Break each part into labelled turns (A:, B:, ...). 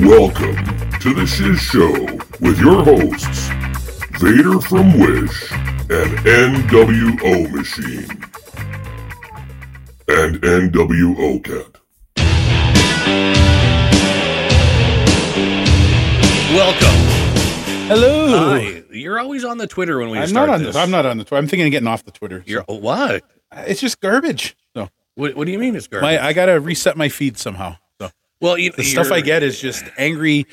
A: Welcome to the Shiz Show with your hosts, Vader from Wish and NWO Machine. And NWO Cat.
B: Welcome.
C: Hello.
B: Hi. You're always on the Twitter when we
C: I'm
B: start
C: not on.
B: this.
C: The, I'm not on the Twitter. I'm thinking of getting off the Twitter.
B: You're oh, what?
C: It's just garbage. So
B: What, what do you mean it's garbage?
C: my I gotta reset my feed somehow. So
B: well, you,
C: the stuff
B: you're-
C: I get is just angry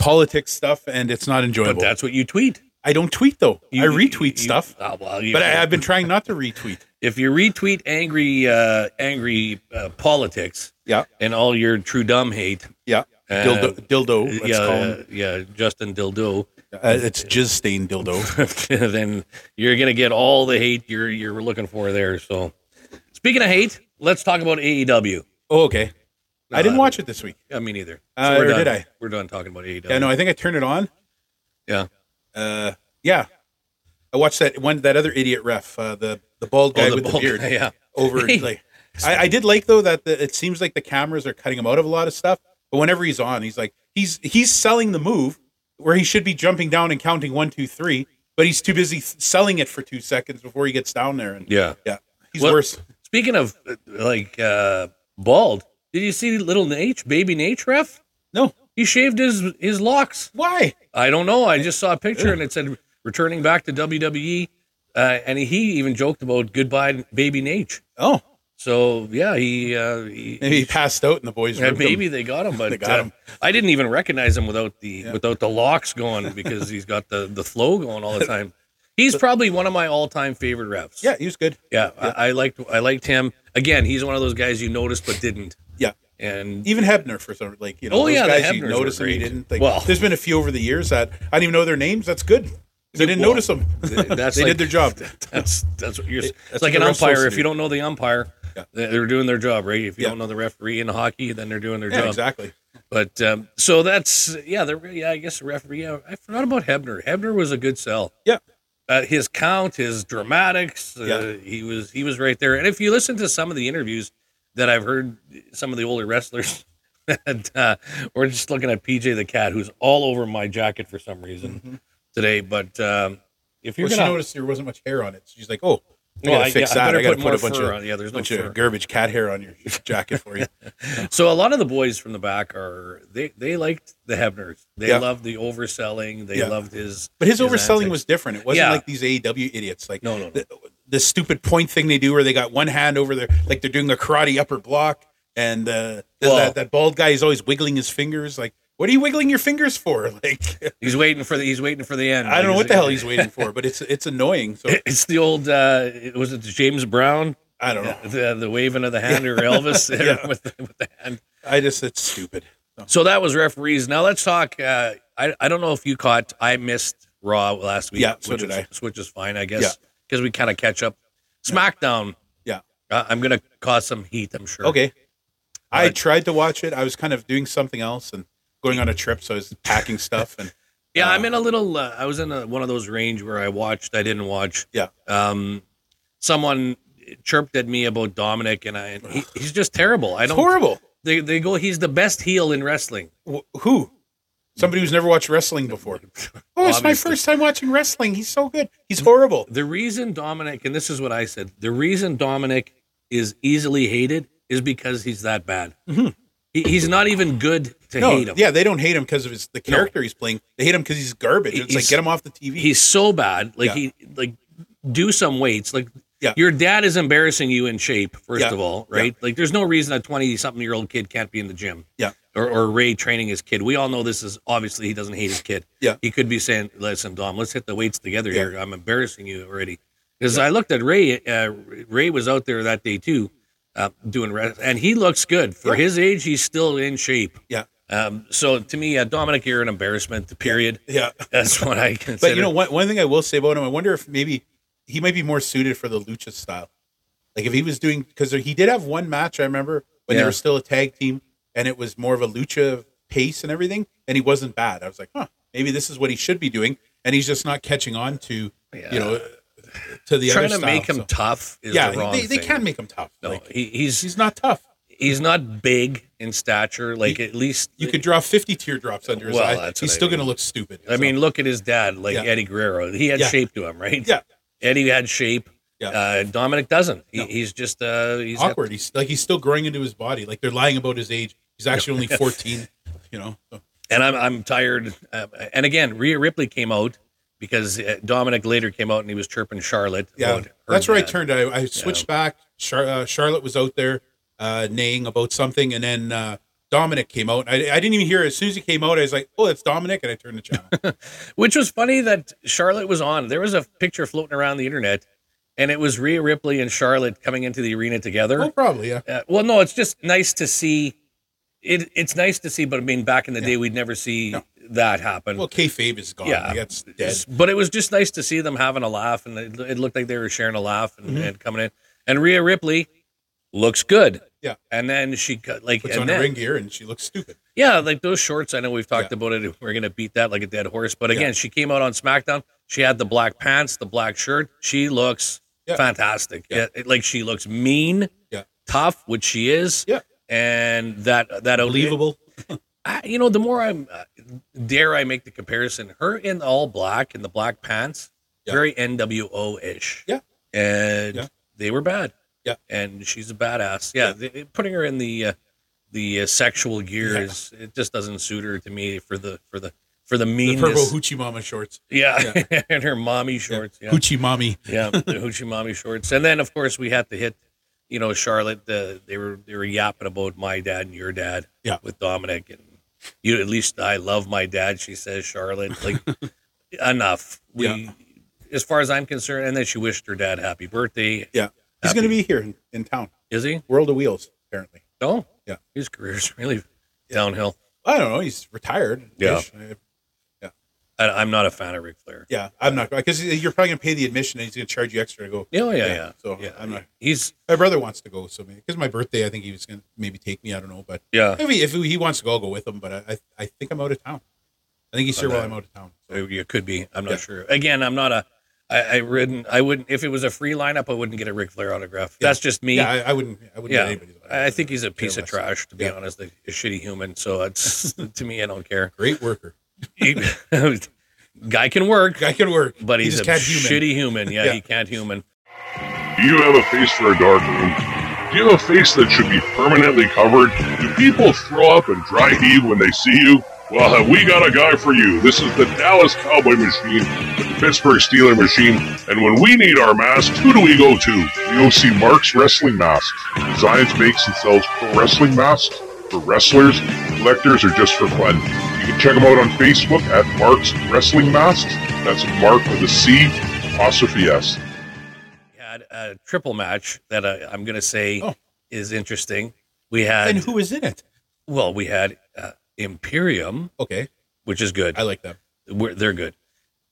C: politics stuff, and it's not
B: But
C: enjoyable.
B: that's what you tweet.
C: I don't tweet though.
B: You,
C: I retweet
B: you-
C: stuff,
B: oh, well, you-
C: but I, I've been trying not to retweet.
B: if you retweet angry, uh, angry uh, politics,
C: Yeah.
B: and all your true dumb hate,
C: Yeah,
B: uh,
C: dildo, dildo. Let's
B: yeah,
C: call him.
B: uh, yeah, Justin Dildo,
C: Uh, it's jizz stained dildo.
B: then you're gonna get all the hate you're you're looking for there. So, speaking of hate, let's talk about AEW.
C: Oh, okay. I didn't
B: Uh,
C: watch it this week.
B: Yeah, me neither.
C: Uh,
B: we're
C: or
B: done.
C: did I?
B: We're done talking about AEW.
C: Yeah, no, I think I turned it on.
B: Yeah.
C: Uh, yeah. I watched that one. That other idiot ref, uh, the the bald
B: Oh,
C: guy
B: the
C: with
B: bald
C: the beard.
B: guy, yeah.
C: over
B: Hey.
C: like I, I did like though that the, it seems like the cameras are cutting him out of a lot of stuff but whenever he's on he's like he's he's selling the move where he should be jumping down and counting one two three but he's too busy th- selling it for two seconds before he gets down there and
B: Yeah.
C: yeah he's
B: Well-
C: worse
B: Speaking of uh, like uh bald, did you see little Nate, baby Nate ref?
C: no
B: He shaved his his locks.
C: why
B: I don't know. I just saw a picture and it said returning back to WWE. Uh, and he even joked about goodbye baby Nate.
C: oh
B: So yeah, he, uh, he
C: maybe he passed out and the boys
B: yeah,
C: ripped him.
B: maybe they got him, but
C: They got
B: uh,
C: him.
B: I didn't even recognize him without the without the locks going because he's got the the flow going all the time. He's probably one of my all time favorite refs.
C: yeah he was good
B: Yeah, I, I liked I liked him. Again, he's one of those guys you noticed but didn't.
C: yeah
B: And
C: even Hebner for some like you know
B: Oh,
C: those
B: yeah, the
C: guys you
B: Hebners
C: notice
B: were
C: them you
B: great.
C: didn't like,
B: Well-
C: there's been a few over the years that I didn't even know their names that's good 'cause I didn't
B: Well,
C: notice them
B: that's
C: they
B: like-
C: did their job
B: that's that's what you're. it's
C: that's
B: like
C: what
B: an
C: the refs supposed
B: umpire.
C: to
B: If
C: do.
B: you don't know the umpire,
C: Yeah.
B: they- they're doing their job, right? If you
C: Yeah.
B: don't know the referee in hockey, then they're doing their
C: yeah
B: job.
C: exactly
B: But um, so that's yeah. The yeah, I guess the referee. Yeah, I forgot about Hebner. Hebner was a good sell.
C: yeah
B: Uh, his count, his dramatics. Uh,
C: Yeah.
B: He was he was right there. And if you listen to some of the interviews that I've heard, some of the older wrestlers. that uh, we're just looking at PJ the cat, who's all over my jacket for some reason today. But um, if you're
C: Mm-hmm. well, she
B: gonna
C: noticed there wasn't much hair on it. She's like, "Oh, I
B: Well, I-
C: gotta fix
B: yeah, I
C: that.
B: better
C: I gotta
B: put
C: put,
B: more
C: a bunch
B: fur
C: of
B: on. Yeah, there's no
C: bunch
B: fur.
C: of garbage cat hair on your jacket for you."
B: So a lot of the boys from the back are they they liked the Hebners. They
C: Yeah.
B: loved the overselling. They
C: Yeah.
B: loved his.
C: But his overselling
B: antics.
C: was different. It wasn't
B: Yeah.
C: like these AEW idiots. Like
B: No, no, no.
C: The, the stupid point thing they do, where they got one hand over their like they're doing a karate upper block, and uh,
B: Well-
C: that that bald guy is always wiggling his fingers. Like, what are you wiggling your fingers for? Like,
B: He's waiting for the he's waiting for the end.
C: I don't know
B: Like,
C: what
B: is
C: the
B: it-
C: hell he's waiting for, but it's it's annoying. So
B: It's the old uh was it James Brown
C: I don't know.
B: the the waving of the hand or Elvis
C: Yeah.
B: with, the, with the hand.
C: I just it's stupid.
B: So that was referees. Now let's talk. Uh, I I don't know if you caught. I missed Raw last week.
C: Yeah, so
B: which
C: did
B: is,
C: I.
B: Which is fine, I guess, because we kind of catch up. SmackDown.
C: Yeah.
B: Uh, I'm gonna cause some heat. I'm sure.
C: Okay. I
B: Alright.
C: tried to watch it. I was kind of doing something else and going on a trip, so I was packing stuff and
B: Yeah, I'm in a little. Uh, I was in a, one of those range where I watched, I didn't watch.
C: yeah.
B: Um, someone chirped at me about Dominic, and I he, he's just terrible. I
C: It's
B: don't.
C: horrible.
B: They they go. He's the best heel in wrestling.
C: Wh- who? Somebody who's never watched wrestling before. Oh, it's my
B: Obviously.
C: first time watching wrestling. He's so good. He's horrible.
B: The reason Dominic, and this is what I said, the reason Dominic is easily hated is because he's that bad. He, he's not even good to
C: Mm-hmm. No,
B: hate him.
C: yeah, they don't hate him because of his the character he's playing. They hate him because he's garbage. It's
B: He's-
C: like get him off the TV.
B: he's so bad. Like
C: Yeah.
B: he like do some weights. Like
C: Yeah.
B: your dad is embarrassing you in shape, first
C: Yeah.
B: of all, right? Like there's no reason a twenty something year old kid can't be in the gym.
C: Yeah.
B: Or, or Ray training his kid. We all know this is obviously he doesn't hate his kid.
C: Yeah.
B: He could be saying, "Listen, Dom, let's hit the weights together
C: Yeah.
B: here. I'm embarrassing you already." Because I looked at Ray. Uh, Ray was out there that day too, uh, doing rest, and he looks good for
C: Yeah.
B: his age. He's still in shape.
C: yeah,
B: Um, so to me, uh, Dominic, you're an embarrassment. Period.
C: yeah.
B: That's what I consider.
C: But you know, one one thing I will say about him, I wonder if maybe he might be more suited for the lucha style. Like if he was doing because he did have one match I remember when
B: Yeah.
C: they were still a tag team, and it was more of a lucha pace and everything, and he wasn't bad. I was like, huh, maybe this is what he should be doing, and he's just not catching on to you know to the
B: trying
C: other
B: to
C: style,
B: make him
C: so-
B: tough is
C: yeah,
B: the wrong
C: they, they
B: thing.
C: can make him tough.
B: No,
C: Like,
B: he, he's
C: he's not tough.
B: he's not big in stature. Like at least
C: You could draw 50 teardrops under his
B: Well,
C: eye.
B: that's
C: He's
B: what I
C: still going to
B: mean.
C: look stupid.
B: I
C: So,
B: mean, look at his dad, like
C: Yeah.
B: Eddie Guerrero. He had
C: Yeah.
B: shape to him, right?
C: Yeah.
B: Eddie had shape.
C: Yeah.
B: Uh, Dominic doesn't. He,
C: No.
B: He's just uh, he's got-
C: awkward. He's like he's still growing into his body. Like they're lying about his age. He's actually only 14. You know. So,
B: and I'm I'm tired. Uh, and again, Rhea Ripley came out because uh, Dominic later came out and he was chirping Charlotte.
C: yeah,
B: about her
C: that's where I
B: dad.
C: turned. I, I switched back. Char- uh, Charlotte was out there uh, neighing about something, and then uh, Dominic came out. I, I didn't even hear. It. As soon as he came out, I was like, "Oh, that's Dominic," and I turned the channel.
B: Which was funny that Charlotte was on. There was a picture floating around the internet, and it was Rhea Ripley and Charlotte coming into the arena together.
C: well, "Oh, probably yeah.
B: Uh, well, no, it's just nice to see. It it's nice to see, but I mean, back in the day, we'd never see
C: No.
B: that happen.
C: Well, kayfabe is gone.
B: Yeah.
C: Like, that's dead.
B: But it was just nice to see them having a laugh, and it, it looked like they were sharing a laugh
C: Mm-hmm.
B: and, and coming in. And Rhea Ripley looks good.
C: Yeah.
B: And then she got like,
C: Puts
B: and
C: on
B: then-
C: her ring gear and she looks stupid.
B: yeah, like those shorts. I know we've talked
C: Yeah.
B: about it. We're gonna beat that like a dead horse. But
C: Yeah.
B: again, she came out on SmackDown. She had the black pants, the black shirt. She looks
C: Yeah.
B: fantastic.
C: Yeah.
B: Yeah, like she looks mean,
C: Yeah.
B: tough, which she is.
C: Yeah.
B: And that that outfit-
C: Believable.
B: I, you know, the more I'm, uh, dare I make the comparison, her in all black and the black pants,
C: Yeah.
B: very NWO ish.
C: Yeah.
B: And
C: Yeah.
B: they were bad.
C: Yeah.
B: And she's a badass. Yeah. they- putting her in the, uh, the uh, sexual gear
C: Yeah.
B: is, it just doesn't suit her to me for the, for the, for the
C: The purple
B: meanness.
C: hoochie mama shorts.
B: yeah. and her mommy
C: Yeah.
B: shorts. Yeah.
C: Hoochie mommy.
B: yeah. The hoochie mommy shorts. And then of course we had to hit, you know, Charlotte, the, they were, they were yapping about my dad and your dad
C: Yeah.
B: with Dominic and you at least I love my dad, she says, Charlotte. Like enough. We
C: Yeah.
B: as far as I'm concerned, and then she wished her dad happy birthday.
C: Yeah. He's
B: Happy-
C: going to be here in, in town.
B: Is he?
C: World of Wheels, apparently.
B: No.
C: Yeah.
B: His career's really downhill.
C: I don't know. He's retired.
B: Yeah.
C: I-
B: I, I'm not a fan of Ric Flair.
C: yeah. I'm not because you're probably going to pay the admission and he's going to charge you extra to go.
B: Yeah, yeah,
C: Yeah,
B: yeah.
C: so
B: yeah.
C: I'm not-
B: he's
C: My brother wants to go, so because my birthday, I think he was going to maybe take me. I don't know, but
B: yeah.
C: if he, if he wants to go, I'll go with him. But I, I, I think I'm out of town. I think he's here
B: Oh,
C: while
B: no.
C: I'm out of town. So.
B: It could be. I'm not
C: Yeah.
B: sure. Again, I'm not a. I, I wouldn't. I wouldn't. If it was a free lineup, I wouldn't get a Ric Flair autograph.
C: Yeah.
B: That's just me.
C: Yeah, I, I wouldn't. I wouldn't.
B: Yeah.
C: get anybody's
B: I, I think he's a piece of
C: less.
B: trash, to be
C: Yeah.
B: honest. Like, a shitty human. So it's to me, I don't care.
C: great worker.
B: He- guy can work,
C: Guy can work,
B: but
C: He
B: he's a
C: just can't
B: shitty human. Yeah,
C: Yeah.
B: he can't human.
A: Do you have a face for a dark room? Do you have a face that should be permanently covered? Do people throw up and dry heave when they see you? Well, have we got a guy for you? This is the Dallas Cowboy Machine, the Pittsburgh Steeler Machine, and when we need our masks, who do we go to? We go see Mark's Wrestling Masks. Designs makes and sells pro wrestling masks for wrestlers, collectors, or just for fun. You can check them out on Facebook at Mark's Wrestling Masks. That's Mark with a C, apostrophe S.
B: We had a triple match that I, I'm going to say
C: Oh.
B: is interesting. We had,
C: And who was in it?
B: well, we had uh, Imperium,
C: Okay,
B: which is good.
C: I like that.
B: We're, they're good.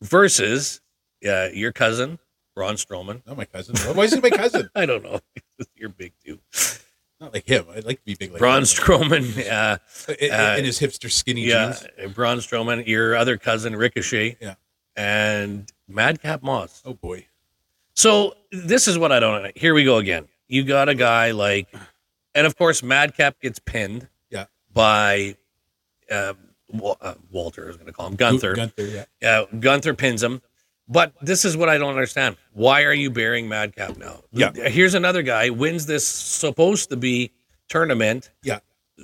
B: Versus uh, your cousin, Braun Strowman.
C: Not my cousin. Why is he my cousin?
B: I don't know. You're big too.
C: Not like him. I'd like to be big like
B: Braun
C: him.
B: Strowman. Uh,
C: in,
B: uh,
C: in his hipster skinny
B: yeah,
C: jeans.
B: Braun Strowman. Your other cousin, Ricochet.
C: Yeah.
B: And Madcap Moss.
C: Oh boy.
B: So this is what I don't. Here we go again. You got a guy like, and of course, Madcap gets pinned.
C: Yeah.
B: By, um, Wa- uh, Walter. I was going to call him Gunther.
C: Gunther. Yeah.
B: Uh, Gunther pins him. But this is what I don't understand. Why are you burying Madcap now?
C: Yeah.
B: Here's another guy wins this supposed to be tournament.
C: Yeah.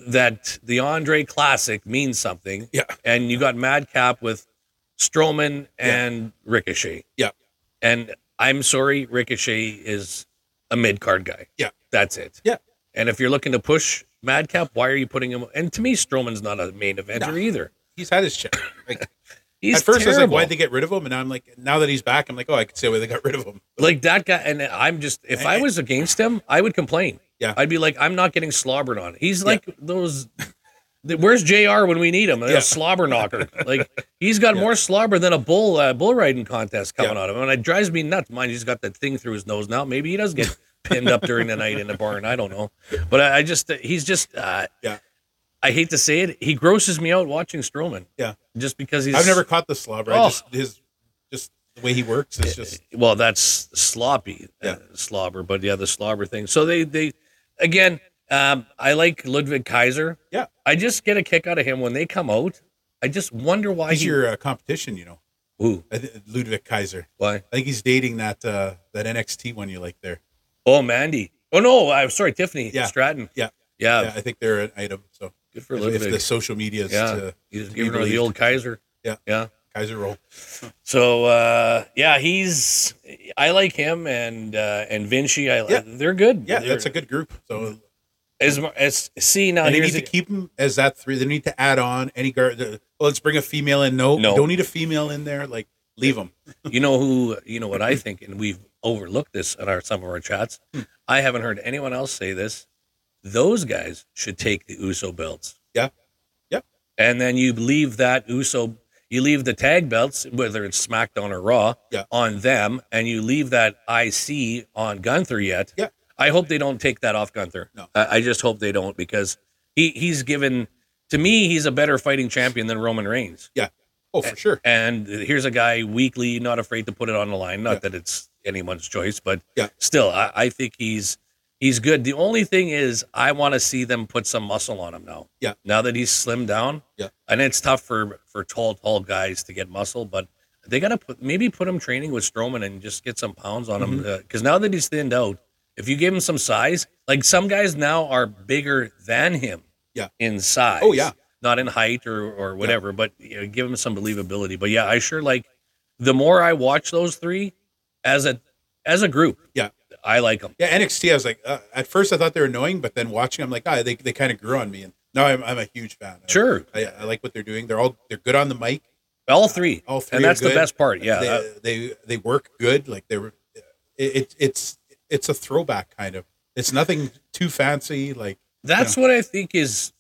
B: That the Andre Classic means something,
C: Yeah.
B: and you got Madcap with Strowman and Ricochet.
C: Yeah.
B: And I'm sorry, Ricochet is a mid card guy.
C: Yeah.
B: That's it.
C: Yeah.
B: And if you're looking to push Madcap, why are you putting him? And to me, Strowman's not a main eventer
C: No.
B: either.
C: He's had his check. Like,
B: He's
C: at first, I was like,
B: terrible.
C: "Why'd they get rid of him?" And now I'm like, now that he's back, I'm like, "Oh, I could see why they got rid of him."
B: like that guy and i'm just if i was against him i would complain
C: Yeah.
B: i'd be like i'm not getting slobbered on he's like those the- where's jr when we need him a
C: Yeah.
B: slobber knocker like he's got more slobber than a bull uh, bull riding contest coming
C: Yeah.
B: on him and it drives me nuts mind he's got that thing through his nose now maybe he does get pinned up during the night in the barn i don't know but i, I just he's just uh
C: Yeah.
B: I hate to say it, he grosses me out watching Strowman.
C: Yeah.
B: just because he's
C: I've never caught the slobber. I
B: Oh.
C: just his just the way he works is just
B: well that's sloppy
C: Yeah.
B: uh, slobber but yeah the slobber thing so they they again Um, I like Ludwig Kaiser.
C: Yeah.
B: I just get a kick out of him when they come out. I just wonder why
C: He's
B: he.
C: your uh, competition, you know.
B: Ooh,
C: I thi- Ludwig Kaiser.
B: why?
C: I think he's dating that uh, that NXT one you like there.
B: Oh, Mandy. Oh no, I'm sorry, Tiffany
C: Yeah.
B: Stratton.
C: Yeah.
B: Yeah,
C: yeah, I think they're an item. So
B: good Oh. for
C: if, if
B: Ludwig.
C: the social media is
B: Yeah.
C: to
B: He's
C: be
B: giving her the
C: believed.
B: old Kaiser.
C: Yeah.
B: Yeah.
C: Kaiser roll.
B: So uh, yeah, he's I like him and uh, and Vinci. I
C: Yeah.
B: they're good.
C: Yeah,
B: They're-
C: that's a good group. So
B: as mu- as see now
C: and they
B: here's
C: need to
B: the-
C: keep them as that three. They need to add on any guard. the- Well, let's bring a female in. No,
B: No.
C: don't need a female in there. Like leave them.
B: you know who you know what I think, and we've overlooked this in our some of our chats.
C: Hmm.
B: I haven't heard anyone else say this. Those guys should take the USO belts.
C: Yeah. Yep.
B: And then you leave that USO, you leave the tag belts, whether it's SmackDown or Raw,
C: Yeah.
B: on them, and you leave that IC on Gunther yet.
C: Yeah.
B: I hope they don't take that off Gunther.
C: No.
B: I, I just hope they don't because he he's given to me he's a better fighting champion than Roman Reigns.
C: Oh, for sure.
B: And here's a guy weekly, not afraid to put it on the line. Not
C: Yeah.
B: that it's anyone's choice, but
C: Yeah.
B: still, I, I think he's he's good. The only thing is, I want to see them put some muscle on him now.
C: Yeah.
B: Now that he's slimmed down.
C: Yeah.
B: And it's tough for for tall, tall guys to get muscle, but they gotta put maybe put him training with Strowman and just get some pounds on
C: Mm-hmm.
B: him because now that he's thinned out, if you give him some size, like some guys now are bigger than him.
C: Yeah.
B: In size
C: Oh, yeah.
B: not in height or or whatever, but you know, give him some believability. But yeah, I sure like the more I watch those three as a as a group.
C: Yeah.
B: I like them.
C: Yeah, NXT. I was like, uh, at first I thought they were annoying, but then watching, I'm like, ah, they, they kind of grew on me, and now I'm, I'm a huge fan. I-
B: Sure,
C: I, I like what they're doing. They're all they're good on the mic.
B: all three.
C: All three
B: and
C: are
B: that's the
C: good.
B: best part. Yeah,
C: they,
B: Uh,
C: they they work good. Like they were, it, it it's it's a throwback kind of. It's nothing too fancy. Like
B: that's what I think is.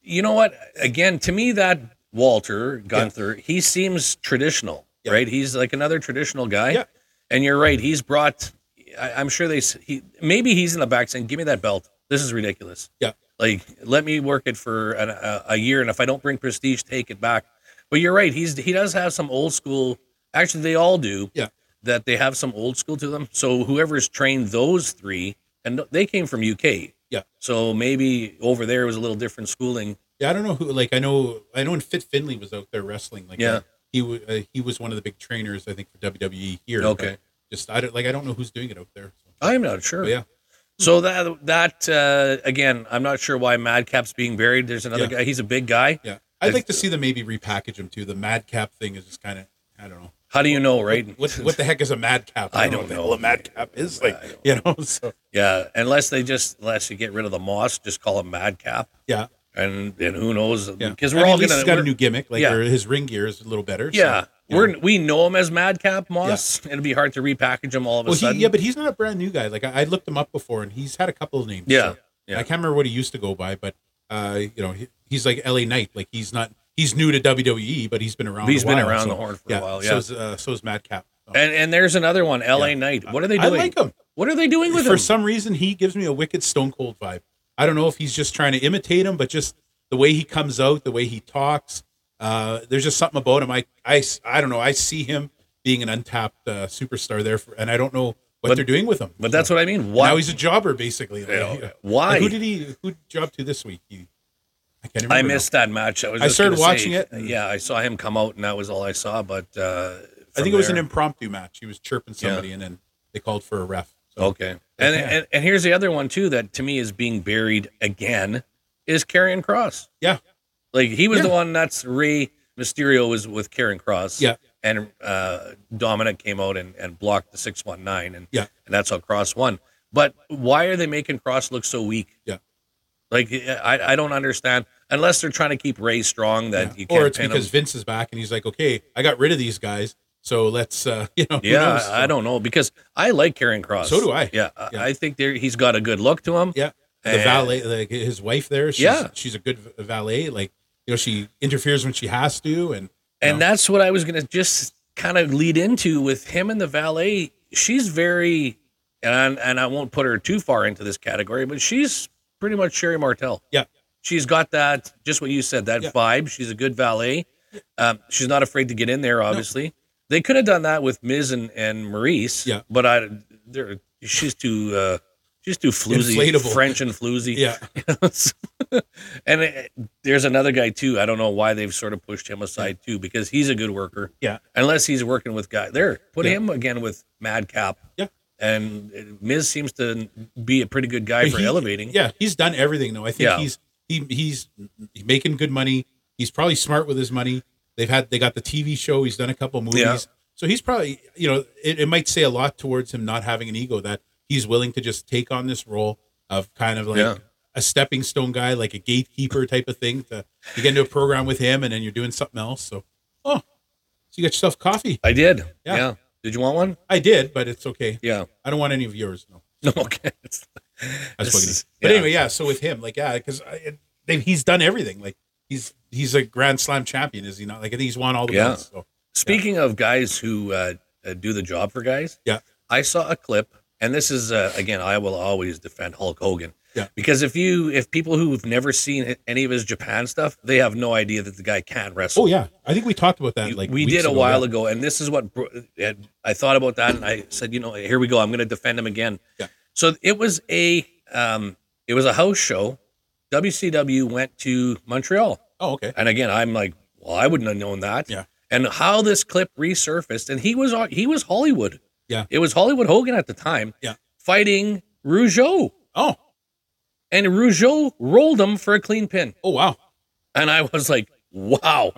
B: You know what? Again, to me, that Walter Gunther, he seems traditional,
C: Yeah.
B: right? He's like another traditional guy.
C: Yeah.
B: And you're right. He's brought. I, I'm sure they. s- He maybe he's in the back saying, "Give me that belt. This is ridiculous."
C: yeah,
B: Like, let me work it for an, a, a year, and if I don't bring prestige, take it back. But you're right; he's he does have some old school. Actually, they all do.
C: Yeah.
B: That they have some old school to them. So whoever's trained those three, and they came from UK.
C: Yeah.
B: So maybe over there was a little different schooling.
C: yeah. I don't know who. Like I know I know when Fit Finley was out there wrestling. Like
B: Yeah.
C: he wa- uh, he was one of the big trainers I think for WWE here.
B: Okay.
C: but Just I don't like I don't know who's doing it out there. So,
B: I'm not sure.
C: but yeah,
B: So that that uh, again, I'm not sure why Madcap's being buried. There's another
C: Yeah.
B: guy. He's a big guy.
C: yeah. I'd
B: It's-
C: like to see them maybe repackage him too. The madcap thing is just kind of I don't know.
B: How do you know, right?
C: What what the heck is a madcap?
B: I don't
C: what the
B: know.
C: hell a madcap is like. You know. So
B: yeah. Unless they just unless you get rid of the moss, just call him Madcap.
C: yeah.
B: and and who knows
C: Yeah,
B: because
C: I
B: we're
C: mean,
B: all
C: at least
B: gonna
C: he's got a
B: we're-
C: new gimmick. Like
B: Yeah.
C: or his ring gear is a little better. so,
B: yeah
C: you know.
B: we're we know him as Madcap Moss. It'd be hard to repackage him all of a
C: well, he,
B: sudden.
C: yeah, but he's not a brand new guy. Like I, I looked him up before, and he's had a couple of names.
B: Yeah,
C: so.
B: yeah.
C: I can't remember what he used to go by, but uh, you know, he, he's like LA Knight. Like he's not he's new to WWE, but he's been around.
B: He's
C: He's
B: been around the horn for a while, yeah.
C: So is, uh, so is Madcap. So.
B: and and there's another one, L.A. Knight. What are they
C: I
B: doing?
C: like him.
B: What are they doing with
C: for
B: him?
C: some reason, he gives me a wicked Stone Cold vibe. I don't know if he's just trying to imitate him, but just the way he comes out, the way he talks, uh, there's just something about him. I, I s- I don't know. I see him being an untapped uh, superstar there, for, and I don't know what
B: But-
C: they're doing with him.
B: but that's what I mean.
C: Now
B: Why?
C: he's a jobber, basically. Like,
B: Yeah.
C: like,
B: Why?
C: who did he who job to this week? He, I can't remember.
B: I
C: now.
B: missed that match. I was.
C: I
B: just
C: started
B: gonna
C: watching
B: say,
C: it.
B: Yeah, I saw him come out, and that was all I saw. But uh,
C: I
B: from
C: think it was
B: there-
C: an impromptu match. He was chirping somebody, and then they called for a ref. So,
B: Okay. And,
C: Yeah.
B: and and here's the other one too that to me is being buried again is Karrion Cross.
C: Yeah.
B: Like he was the
C: Yeah.
B: one that's Ray Mysterio was with Karen Cross.
C: Yeah.
B: And uh Dominic came out and, and blocked the six one nine and
C: Yeah.
B: and that's how Cross won. But why are they making Cross look so weak?
C: Yeah.
B: Like eh, I, I don't understand unless they're trying to keep Ray strong that
C: Yeah.
B: you can't
C: or it's
B: pin him.
C: because Vince is back and he's like, okay, I got rid of these guys, so let's, uh, you know, who
B: Yeah,
C: knows?
B: I don't know because I like Karen Cross.
C: So do I.
B: Yeah, I-
C: Yeah.
B: I think there he's got a good look to him.
C: Yeah, the
B: And-
C: valet, like his wife there. She's,
B: Eh. Yeah.
C: she's a good v- valet. Like you know, she interferes when she has to, and
B: And
C: know.
B: that's what I was going to just kind of lead into with him and the valet. She's very, and and I won't put her too far into this category, but she's pretty much Sherry Martel.
C: Yeah.
B: she's got that just what you said that
C: Yeah.
B: vibe. She's a good valet. Um, she's not afraid to get in there. Obviously, they could have done that with Miz and and Maurice.
C: Yeah.
B: but I, they're she's too. Uh, Just do floozy
C: Inflatable.
B: French and floozy.
C: Yeah.
B: and it, there's another guy too. I don't know why they've sort of pushed him aside too because he's a good worker.
C: Yeah.
B: Unless he's working with guy there, put
C: Yeah.
B: him again with Madcap.
C: Yeah.
B: And uh, Miz seems to be a pretty good guy
C: But
B: for
C: he-
B: elevating.
C: Yeah, he's done everything though. I think
B: Yeah.
C: he's he he's he's making good money. He's probably smart with his money. They've had they got the TV show. He's done a couple movies.
B: Yeah.
C: So he's probably you know it, it might say a lot towards him not having an ego that he's willing to just take on this role of kind of like
B: Yeah.
C: a stepping stone guy, like a gatekeeper type of thing. To you get into a program with him, and then you're doing something else. So oh, so you got yourself coffee.
B: I did.
C: Yeah.
B: yeah. Did you want one?
C: I did, but it's okay.
B: Yeah.
C: I don't want any of yours. No.
B: No, okay. It's-
C: I was
B: This
C: fucking-
B: is-
C: But
B: yeah.
C: anyway, yeah. So with him, like, yeah, because he's done everything. Like, he's he's a Grand Slam champion, is he not? Like, I think he's won all the
B: Yeah.
C: belts. So.
B: Speaking of guys who uh, uh, do the job for guys,
C: Yeah.
B: I saw a clip, and this is uh, again, I will always defend Hulk Hogan,
C: Yeah.
B: because if you if people who've never seen hi- any of his Japan stuff, they have no idea that the guy can wrestle.
C: Oh yeah, I think we talked about that.
B: You-
C: Like
B: we
C: weeks
B: did a
C: ago,
B: while
C: yeah.
B: ago, and this is what bro- and I thought about that, and I said, you know, here we go. I'm going to defend him again.
C: Yeah.
B: So it was a um, it was a house show. WCW went to Montreal.
C: Oh okay.
B: And again, I'm like, well, I wouldn't have known that.
C: Yeah.
B: And how this clip resurfaced, and he was he was Hollywood.
C: Yeah.
B: It was Hollywood Hogan at the time.
C: Yeah.
B: Fighting Rougeau,
C: Oh
B: and Rougeau rolled him for a clean pin,
C: oh wow.
B: and I was like, wow,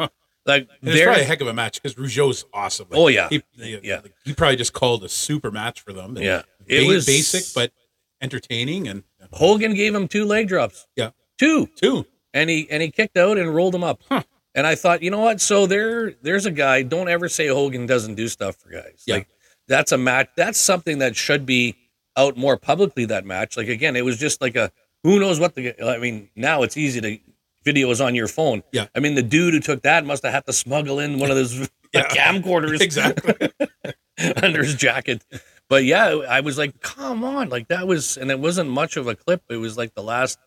B: like
C: It's probably a
B: there.
C: heck of a match because Rougeau's awesome. Like,
B: Oh, yeah.
C: he, he-
B: Yeah.
C: like, he probably just called a super match for them. And
B: Yeah.
C: ba-
B: It was-
C: basic but entertaining and
B: Hogan gave him two leg drops.
C: Yeah.
B: Two,
C: too.
B: and he and he kicked out and rolled him up.
C: Huh.
B: And I thought, you know what? So there, there's a guy. Don't ever say Hogan doesn't do stuff for guys.
C: Yeah.
B: Like that's a match. That's something that should be out more publicly. That match. Like again, it was just like a who knows what the. I mean, now it's easy to video is on your phone.
C: Yeah.
B: I mean, the dude who took that must have had to smuggle in one of those
C: Yeah.
B: camcorders
C: Exactly.
B: under his jacket. But yeah, I was like, come on. Like that was, and it wasn't much of a clip. It was like the last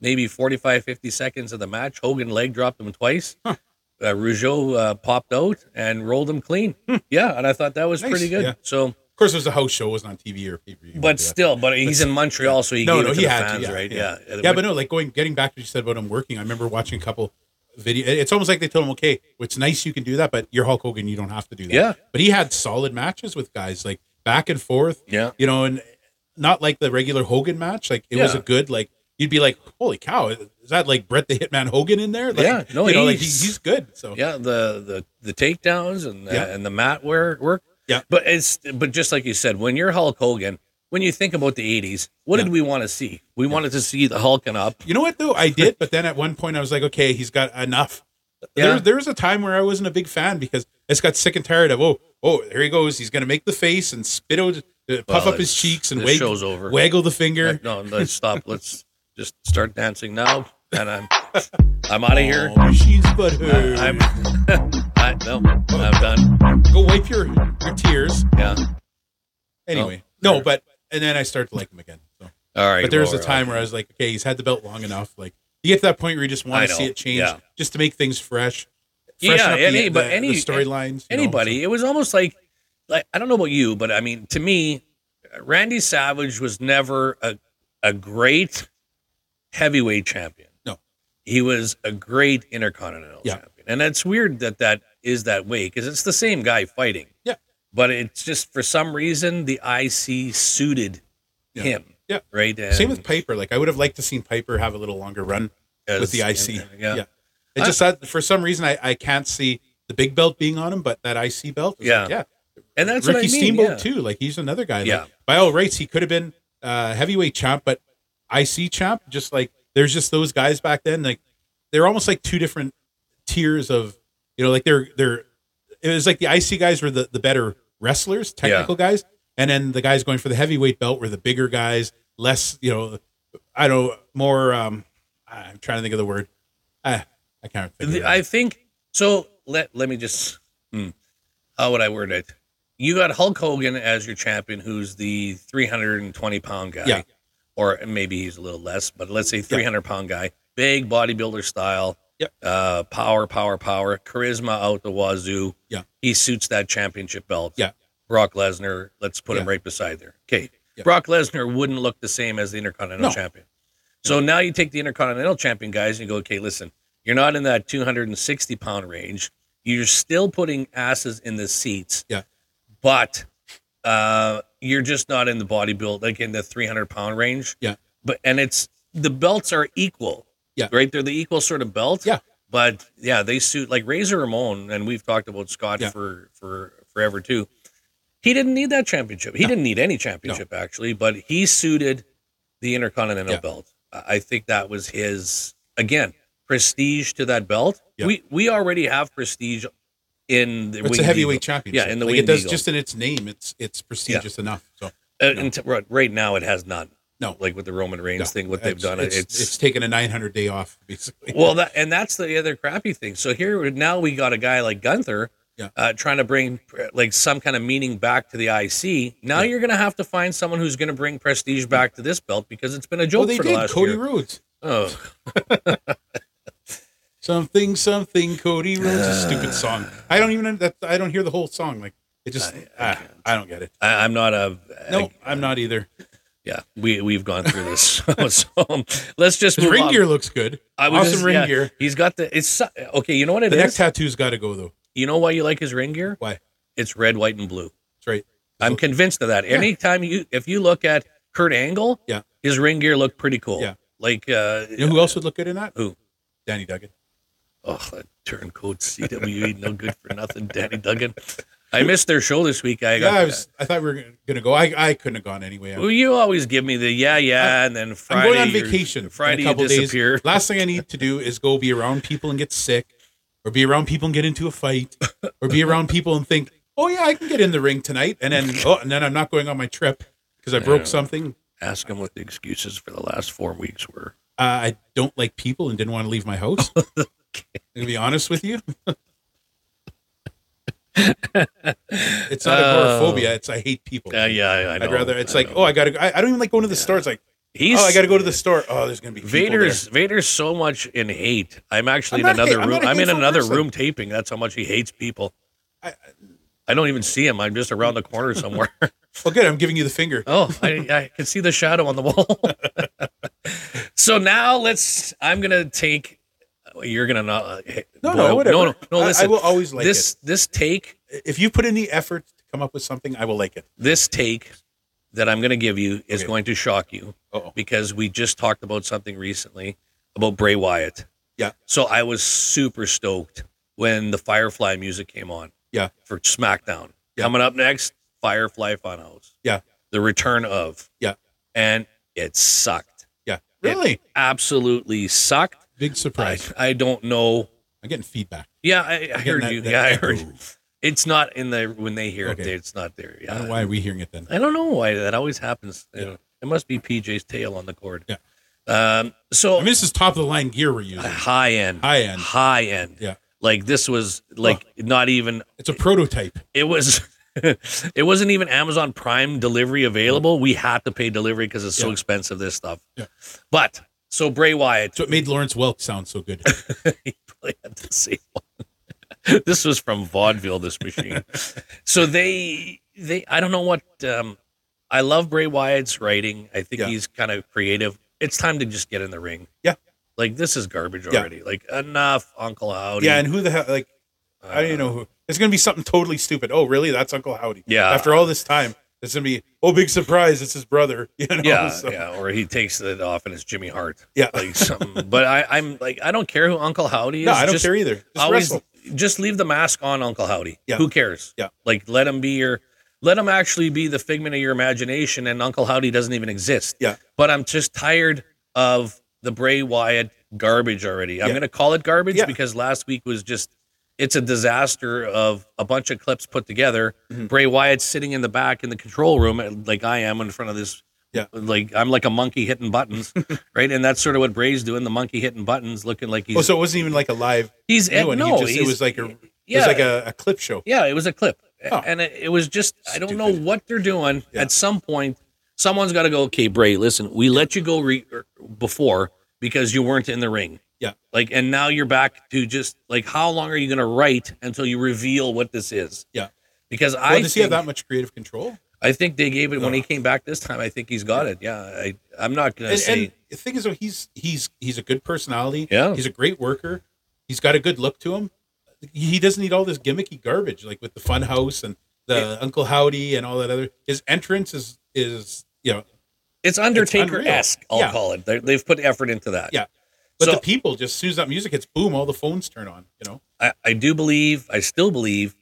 B: maybe 45, 50 seconds of the match. Hogan leg dropped him twice.
C: Huh.
B: Uh, Rougeau uh, popped out and rolled him clean. Yeah. And I thought that was
C: Hmm. Nice,
B: pretty good.
C: yeah.
B: So,
C: of course, it was a house show. It wasn't on TV or pay per view.
B: but still, but he's in Montreal, so he
C: no,
B: gave
C: no,
B: it to
C: he
B: the
C: had
B: fans,
C: to, yeah,
B: right?
C: Yeah,
B: Yeah.
C: yeah. but no, like going, getting back to what you said about him working. I remember watching a couple video. It's almost like they told him, okay, it's nice you can do that, but you're Hulk Hogan, you don't have to do that.
B: Yeah.
C: But he had solid matches with guys like back and forth.
B: Yeah.
C: You know, and not like the regular Hogan match. Like it was
B: Yeah.
C: a good like. You'd be like, holy cow, is that like Brett the Hitman Hogan in there? Like,
B: Yeah, no,
C: you know, like he,
B: he's-
C: he's good. So
B: Yeah, the the the takedowns and the,
C: Yeah.
B: and the mat wear work.
C: Yeah.
B: but it's but just like you said, when you're Hulk Hogan, when you think about the '80s, what
C: Yeah.
B: did we want to see? We wanted to see the Hulking up.
C: You know what though? I did, but then at one point I was like, okay, he's got enough.
B: Yeah.
C: There, there was a time where I wasn't a big fan because I just got sick and tired of oh, oh, here he goes. He's gonna make the face and spit out, uh, puff
B: Well,
C: up his
B: it's-
C: cheeks and
B: this
C: wag-
B: show's over.
C: waggle the finger.
B: No, let's stop. Let's just start dancing now, and I'm I'm out of here.
C: Oh, she's but her.
B: I'm I, no, I'm done.
C: Go wipe your your tears.
B: Yeah.
C: Anyway,
B: Oh,
C: no, but and then I start to like him again. So.
B: All right.
C: But there was
B: well,
C: a time where I was like, okay, he's had the belt long enough. Like you get to that point where you just
B: I
C: want to
B: know,
C: see it change,
B: yeah.
C: just to make things fresh.
B: Yeah,
C: freshen up the-
B: any-
C: the,
B: but
C: the
B: any-
C: storylines. you know, so-
B: anybody. It was almost like, like I don't know about you, but I mean, to me, Randy Savage was never a a great heavyweight champion.
C: No.
B: he was a great intercontinental
C: Yeah.
B: champion, and it's weird that that is that way because it's the same guy fighting.
C: Yeah.
B: but it's just for some reason the IC suited
C: Yeah.
B: him.
C: Yeah.
B: right. And
C: Same with Piper. Like I would have liked to seen Piper have a little longer run
B: as- uh,
C: with the IC.
B: yeah. yeah.
C: It just that for some reason I, I can't see the big belt being on him, but that IC belt. is
B: Yeah.
C: like, yeah.
B: and that's
C: Ricky
B: what I mean.
C: Steamboat
B: yeah.
C: too. Like he's another guy. Like,
B: Yeah.
C: by all rights, he could have been uh, heavyweight champ, but IC champ. Just like there's just those guys back then. Like they're almost like two different tiers of you know like they're they're it was like the IC guys were the the better wrestlers, technical guys, and then the guys going for the heavyweight belt were the bigger guys, less you know I don't know, more. um I'm trying to think of the word. I I can't think. Of
B: The-
C: it.
B: I think so. Let let me just. hmm, how would I word it? You got Hulk Hogan as your champion, who's the 320 pound guy,
C: Yeah.
B: or maybe he's a little less, but let's say 300 pound guy, big bodybuilder style,
C: Yep.
B: uh, power, power, power, charisma out the wazoo.
C: Yeah.
B: he suits that championship belt.
C: Yeah.
B: Brock Lesnar, let's put him
C: Yeah.
B: right beside there. Okay,
C: Yeah.
B: Brock Lesnar wouldn't look the same as the Intercontinental
C: No.
B: Champion. So now you take the Intercontinental Champion guys and you go, okay, listen, you're not in that 260 pound range. You're still putting asses in the seats.
C: Yeah.
B: But uh, you're just not in the bodybuild, like in the 300 pound range.
C: Yeah.
B: But, and it's the belts are equal.
C: Yeah.
B: Right? They're the equal sort of belt.
C: Yeah.
B: But yeah, they suit like Razor Ramon, and we've talked about Scott
C: Yeah.
B: for for forever too. He didn't need that championship. He
C: No.
B: didn't need any championship actually, but he suited the Intercontinental
C: Yeah.
B: belt. I I think that was his again prestige to that belt.
C: Yeah.
B: We we already have prestige in the
C: It's
B: winged
C: a heavyweight
B: eagle.
C: championship.
B: Yeah, in the
C: like
B: winged
C: it does
B: eagle.
C: just in its name. It's it's prestigious enough. So
B: Uh,
C: No.
B: and t- right, right now, it has none.
C: No.
B: like with the Roman Reigns
C: no,
B: thing, what they've
C: it's-
B: done,
C: it's, it's, taken a 900 day off basically.
B: well that, and that's the other crappy thing so here now we got a guy like gunther
C: Yeah.
B: uh, trying to bring like some kind of meaning back to the ic now
C: Yeah.
B: you're gonna have to find someone who's gonna bring prestige back to this belt because it's been a joke
C: well, they
B: for the
C: did
B: last
C: Cody
B: year
C: Rhodes.
B: oh
C: Something, something, Cody Rhodes. a stupid song. I don't even. That, I don't hear the whole song. Like it just. ah, I don't get it.
B: I, i'm not a
C: No,
B: I-
C: I'm not either.
B: yeah we, we've gone through this so, um, let's just
C: His
B: move
C: ring
B: on.
C: gear looks good.
B: I was
C: awesome
B: just-
C: ring
B: yeah,
C: gear.
B: he's got the it's so- okay you know what it
C: The
B: is.
C: next tattoo's got to go though.
B: you know why you like his ring gear
C: Why?
B: it's red white and blue
C: That's right.
B: I'm
C: So-
B: convinced of that.
C: Yeah.
B: Anytime you, if you look at Kurt Angle,
C: Yeah.
B: his ring gear looked pretty cool.
C: Yeah.
B: Like, uh,
C: You know who else would look good in that?
B: Who?
C: Danny Duggan.
B: oh, that turncoat CWE, E, no good for nothing, Danny Duggan. I missed their show this week. I
C: yeah,
B: got.
C: I was. I thought we were gonna go. I, I couldn't have gone anyway.
B: well, you always give me the yeah, yeah, and then Friday.
C: I'm going on
B: you're-
C: vacation. in
B: Friday,
C: a couple
B: you
C: days.
B: disappear.
C: Last thing I need to do is go be around people and get sick, or be around people and get into a fight, or be around people and think, oh yeah, I can get in the ring tonight, and then oh, and then I'm not going on my trip because I broke something.
B: Ask him what the excuses for the last four weeks were.
C: Uh, I don't like people and didn't want to leave my house. I'm gonna be honest with you. it's not agoraphobia. It's I hate people.
B: Oh. Yeah, yeah, I, I know.
C: I'd rather. It's
B: I
C: like,
B: know.
C: oh, I gotta. go- I, I don't even like going to the store. It's like,
B: he's.
C: oh, I gotta go to the store. Oh, there's gonna be people there.
B: Vader's Vader's so much in hate. I'm actually
C: I'm
B: in
C: not
B: another
C: a hate- I'm
B: room.
C: not a
B: I'm in
C: hateful
B: another
C: person.
B: room taping. That's how much he hates people.
C: I-
B: I, don't even see him. I'm just around the corner somewhere.
C: Well, good. I'm giving you the finger.
B: oh, I, I can see the shadow on the wall. so now let's. I'm gonna take. You're gonna not. uh, hey,
C: No,
B: boy,
C: no, whatever.
B: No, no, no,
C: I-
B: Listen,
C: I, will always like
B: this this take
C: it. If you put in the effort to come up with something, I will like it.
B: this take that I'm gonna give you is
C: Okay.
B: going to shock you.
C: Oh,
B: because we just talked about something recently about Bray Wyatt.
C: Yeah.
B: So I was super stoked when the Firefly music came on.
C: Yeah.
B: For SmackDown.
C: Yeah.
B: Coming up next, Firefly Funhouse.
C: Yeah.
B: The return of.
C: Yeah.
B: And it sucked.
C: yeah. Really?
B: Absolutely sucked.
C: Big
B: I,
C: surprise.
B: I don't know.
C: I'm getting feedback.
B: Yeah, I, I
C: I'm getting
B: heard
C: that-
B: you.
C: that
B: yeah, I
C: echo.
B: heard. It's not in the when they hear it,
C: Okay.
B: it's not there.
C: I
B: Yeah.
C: don't know why are we hearing it then?
B: I don't know why that always happens.
C: Yeah.
B: It must be PJ's tail on the cord.
C: Yeah.
B: Um,
C: I
B: so
C: mean, this is top of the line gear we're using.
B: high end,
C: High end.
B: high end.
C: Yeah.
B: Like this was like not even
C: It's a prototype.
B: it was it wasn't even Amazon Prime delivery available. We had to pay delivery because it's so
C: Yeah.
B: expensive. This stuff.
C: Yeah.
B: But so Bray Wyatt
C: So it made Lawrence Welk sound so good.
B: he probably had the same one. this was from vaudeville. This machine. so they they I don't know what um, I love Bray Wyatt's writing. I think
C: Yeah.
B: he's kind of creative. It's time to just get in the ring.
C: Yeah.
B: Like this is garbage
C: Yeah.
B: already. Like enough, Uncle Howdy.
C: yeah, and who the hell? Like, I don't
B: Uh,
C: even know who. It's gonna be something totally stupid. Oh, really? That's Uncle Howdy.
B: Yeah.
C: After all this time, it's gonna be oh, big surprise. It's his brother. You know?
B: yeah,
C: So,
B: yeah, or he takes it off and it's Jimmy Hart,
C: yeah.
B: like something. but I, I'm like, I don't care who Uncle Howdy is.
C: No, I don't
B: just
C: care either. Just
B: always
C: wrestle.
B: just leave the mask on Uncle Howdy.
C: Yeah.
B: Who cares?
C: Yeah.
B: Like let him be your let him actually be the figment of your imagination and Uncle Howdy doesn't even exist.
C: Yeah. Oh,
B: But I'm just tired of the Bray Wyatt garbage already. I'm
C: Yeah.
B: gonna call it garbage
C: Yeah.
B: because last week was just it's a disaster of a bunch of clips put together.
C: Mm-hmm.
B: Bray Wyatt's sitting in the back in the control room, uh, like I am in front of this.
C: Yeah.
B: Like I'm like a monkey hitting buttons, right? And that's sort of what Bray's doing. The monkey hitting buttons, looking like he's
C: Oh, so it wasn't even like a live.
B: he's eh,
C: new one. He
B: no,
C: just- it
B: he's-
C: was like a. It
B: yeah,
C: was like a, a clip show.
B: yeah, it was a clip,
C: Oh.
B: and it, it was just I don't know
C: Stupid.
B: what they're doing.
C: Yeah.
B: At some point, someone's got to go. Okay, Bray, listen, we let you go re- er, before because you weren't in the ring.
C: Yeah.
B: like and now you're back to just like how long are you going to write until you reveal what this is?
C: Yeah.
B: because I
C: Well, does he have
B: think-
C: that much creative control?
B: I think they gave it when he came back this time. I think he's got it. Yeah, I, I'm not gonna
C: and,
B: say.
C: and the thing is, though, he's he's he's a good personality.
B: Yeah.
C: he's a great worker. He's got a good look to him. He doesn't need all this gimmicky garbage like with the fun house and the Uncle Howdy and all that other. His entrance is is you know,
B: it's Undertaker esque. I'll
C: Yeah.
B: call it. they they've put effort into that.
C: Yeah. but
B: So-
C: the people just as soon as that music hits, boom, all the phones turn on. You know,
B: I, I do believe, I still believe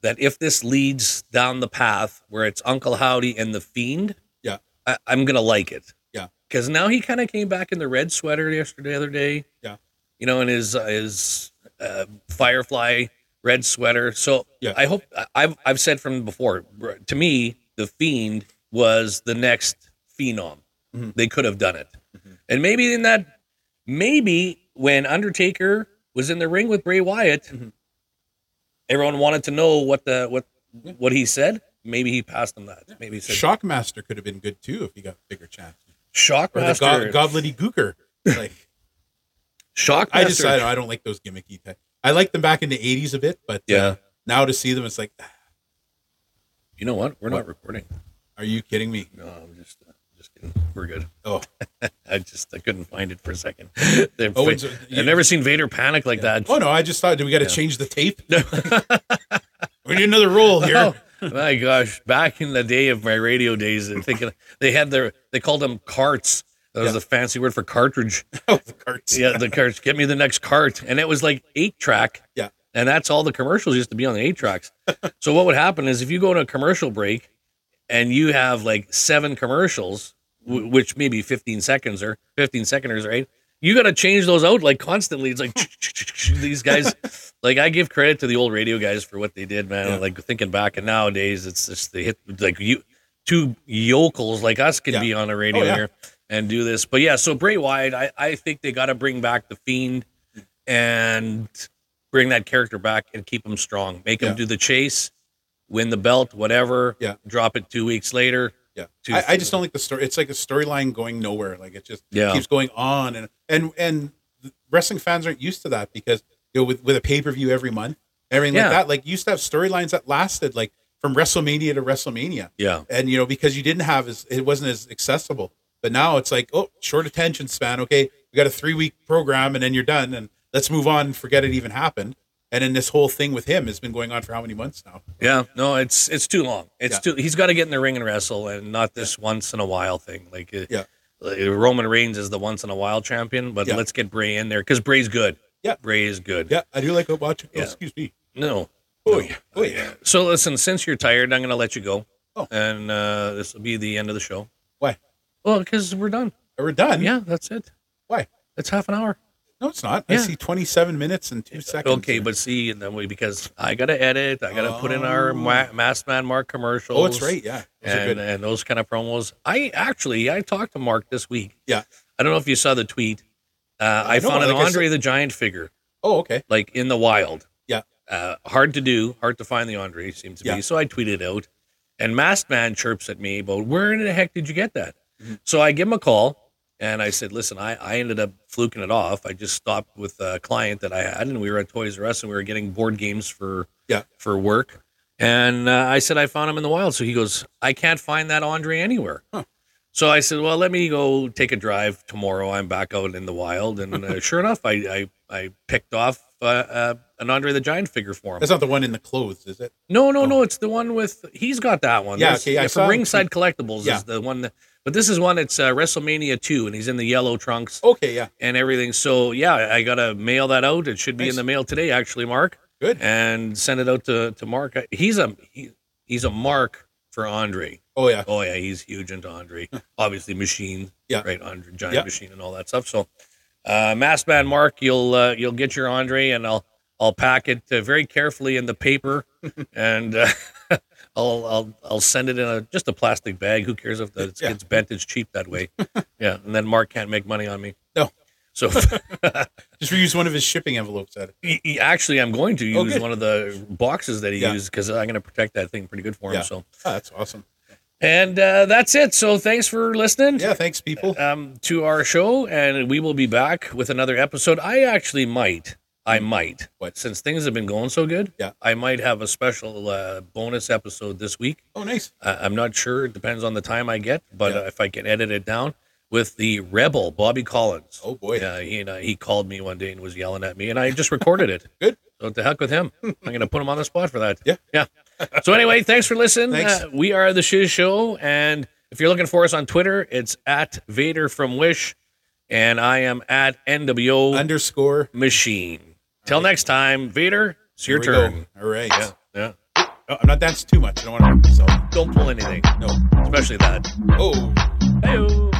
B: that if this leads down the path where it's Uncle Howdy and the Fiend,
C: Yeah.
B: I, I'm gonna like it.
C: Yeah.
B: because now he kind of came back in the red sweater yesterday, the other day.
C: Yeah.
B: you know, in his his uh, Firefly red sweter. So
C: Yeah.
B: I hope I- I've I've said from before. br- To me, the Fiend was the next phenom.
C: Mhm.
B: They could have done it,
C: Mm-hmm.
B: and maybe in that maybe when Undertaker was in the ring with Bray Wyatt,
C: Mhm.
B: everyone wanted to know what the what
C: Yeah.
B: what he said. Maybe he passed them that. Maybe he said
C: Shockmaster could have been good too if he got a bigger chance. Or the
B: Shockmaster.
C: go- Goblety Gooker. Like
B: Shockmaster.
C: I decided I don't like those gimmicky. Type. I liked them back in the '80s a bit, but
B: Yeah.
C: uh, now to see them, it's like,
B: You know what? We're not recording.
C: are you kidding me?
B: No, I'm just uh, just kidding. We're good.
C: Oh,
B: I just I couldn't find it for a second. They're
C: oh,
B: fa-
C: it's- you-
B: I've never seen Vader panic like
C: Oh no, I just thought, do we got to
B: Yeah.
C: change the tape?
B: that.
C: We need another roll here.
B: Oh, my gosh! Back in the day of my radio days, and thinking they had their they called them carts. That was
C: Yeah.
B: a fancy word for cartridge.
C: Oh, the carts.
B: yeah, the carts. Get me the next cart, and it was like eight track.
C: Yeah.
B: and that's all the commercials used to be on the eight tracks. so what would happen is if you go on a commercial break, and you have like seven commercials,
C: Mm-hmm.
B: w- which maybe fifteen seconds or fifteen seconders, right? You got to change those out like constantly. It's like these guys. Like I give credit to the old radio guys for what they did, man.
C: Yeah.
B: Like thinking back, and nowadays it's just they hit like you two yokels like us could
C: Yeah.
B: be on a radio
C: Oh, yeah.
B: here and do this. But yeah, so Bray Wyatt, I, I think they got to bring back the Fiend and bring that character back and keep him strong. Make him
C: Yeah.
B: do the chase, win the belt, whatever.
C: Yeah.
B: Drop it two weeks later.
C: Yeah,
B: Two-
C: I, I just don't like the story. It's like a storyline going nowhere. Like it just
B: Yeah.
C: keeps going on, and and and wrestling fans aren't used to that because you know with with a pay per view every month, everything
B: Yeah.
C: like that. Like you used to have storylines that lasted like from WrestleMania to WrestleMania.
B: Yeah.
C: and you know because you didn't have as it wasn't as accessible but now it's like oh short attention span okay we got a three week program and then you're done and let's move on and forget it even happened and then this whole thing with him has been going on for how many months now
B: Yeah. No, it's it's too long. It's
C: Yeah.
B: too. He's got to get in the ring and wrestle, and not this once in a while thing. Like, uh,
C: Yeah.
B: like, Roman Reigns is the once in a while champion, but
C: Yeah.
B: let's get Bray in there because Bray's good.
C: Yeah.
B: Bray is good.
C: yeah i do like watching
B: Yeah.
C: oh, excuse me
B: No.
C: oh
B: No.
C: yeah oh yeah
B: So listen, since you're tired, I'm going to let you go.
C: Oh.
B: And uh, this will be the end of the show.
C: Why?
B: Well, because we're done.
C: we're done
B: Yeah, that's it.
C: Why?
B: It's half an hour.
C: no it's not i
B: Yeah.
C: see 27 minutes and two seconds
B: Okay, but see, and then we because I got to edit, I got to put in our
C: Oh.
B: ma- Mass Man Mark commercials.
C: oh it's right yeah those are
B: and,
C: good.
B: and those kind of promos. I actually I talked to Mark this week.
C: Yeah.
B: I don't know if you saw the tweet. Uh, I,
C: know,
B: found an
C: like I
B: Andre the Giant figure
C: oh okay
B: like in the wild.
C: Yeah.
B: Uh, hard to do, hard to find the Andre seems to
C: Yeah.
B: be. So I tweeted out, and Masked Man chirps at me about where in the heck did you get that?
C: Mm-hmm.
B: So I give him a call, and I said, listen, I, I ended up fluking it off. I just stopped with a client that I had, and we were at Toys R Us, and we were getting board games for
C: Yeah.
B: for work. And uh, I said I found him in the wild. So he goes, I can't find that Andre anywhere.
C: Huh.
B: So I said, well, let me go take a drive tomorrow. I'm back out in the wild, and uh, sure enough, I I, I picked off uh, uh, an Andre the Giant figure for him.
C: that's not the one in the clothes is it
B: No, no,
C: Oh.
B: no. It's the one with he's got that one.
C: Yeah,
B: There's-
C: okay, I
B: yeah,
C: saw
B: from
C: him.
B: Ringside Collectibles
C: Yeah.
B: is the one that, but this is one. It's uh, WrestleMania two, and he's in the yellow trunks
C: okay yeah
B: and everything. So yeah, I gotta mail that out. It should be in
C: Nice.
B: the mail today, actually, Mark,
C: good
B: and send it out to to Mark. He's a he, he's a mark for Andre.
C: oh yeah
B: Oh yeah, he's huge into Andre. Obviously, Machine.
C: Yeah.
B: Right, Andre Giant
C: Yeah.
B: Machine and all that stuff. So, uh, Mass Man Mark, you'll uh, you'll get your Andre, and I'll I'll pack it uh, very carefully in the paper, and uh, I'll I'll I'll send it in a just a plastic bag. Who cares if the, it
C: Yeah.
B: gets bent? It's cheap that way. yeah, and then Mark can't make money on me.
C: No.
B: So
C: just reuse one of his shipping envelopes at it
B: y- y- actually, I'm going to
C: Oh,
B: use
C: good.
B: one of the boxes that he
C: Yeah.
B: used because I'm going to protect that thing pretty good for him.
C: Yeah.
B: So,
C: oh, that's awesome
B: and uh, that's it. So, thanks for listening
C: yeah thanks people
B: um, to our show, and we will be back with another episode. I actually might. I might.
C: What?
B: Since things have been going so good,
C: Hmm. Yeah.
B: I might have a special uh, bonus episode this week.
C: Oh, nice.
B: I I'm not sure. It depends on the time I get, but
C: Yeah.
B: uh, if I can edit it down with the rebel Bobby Collins.
C: Oh boy.
B: Yeah, he and I, he called me one day and was yelling at me, and I just recorded it.
C: Good.
B: So to heck with him. I'm going to put him on the spot for that.
C: Yeah.
B: Yeah. So anyway, thanks for listening.
C: Thanks.
B: Uh, we are the Shiz Show, and if you're looking for us on Twitter, it's at Vader from Wish, and I am at NWO
C: Underscore.
B: Machine. Till next time, Vader, it's your
C: Here we go.
B: turn.
C: All right.
B: Yeah. Yeah.
C: Oh, I'm not dancing too much. I don't want to hurt myself.
B: Don't pull anything,
C: No.
B: especially that.
C: Oh.
B: Hey-oh.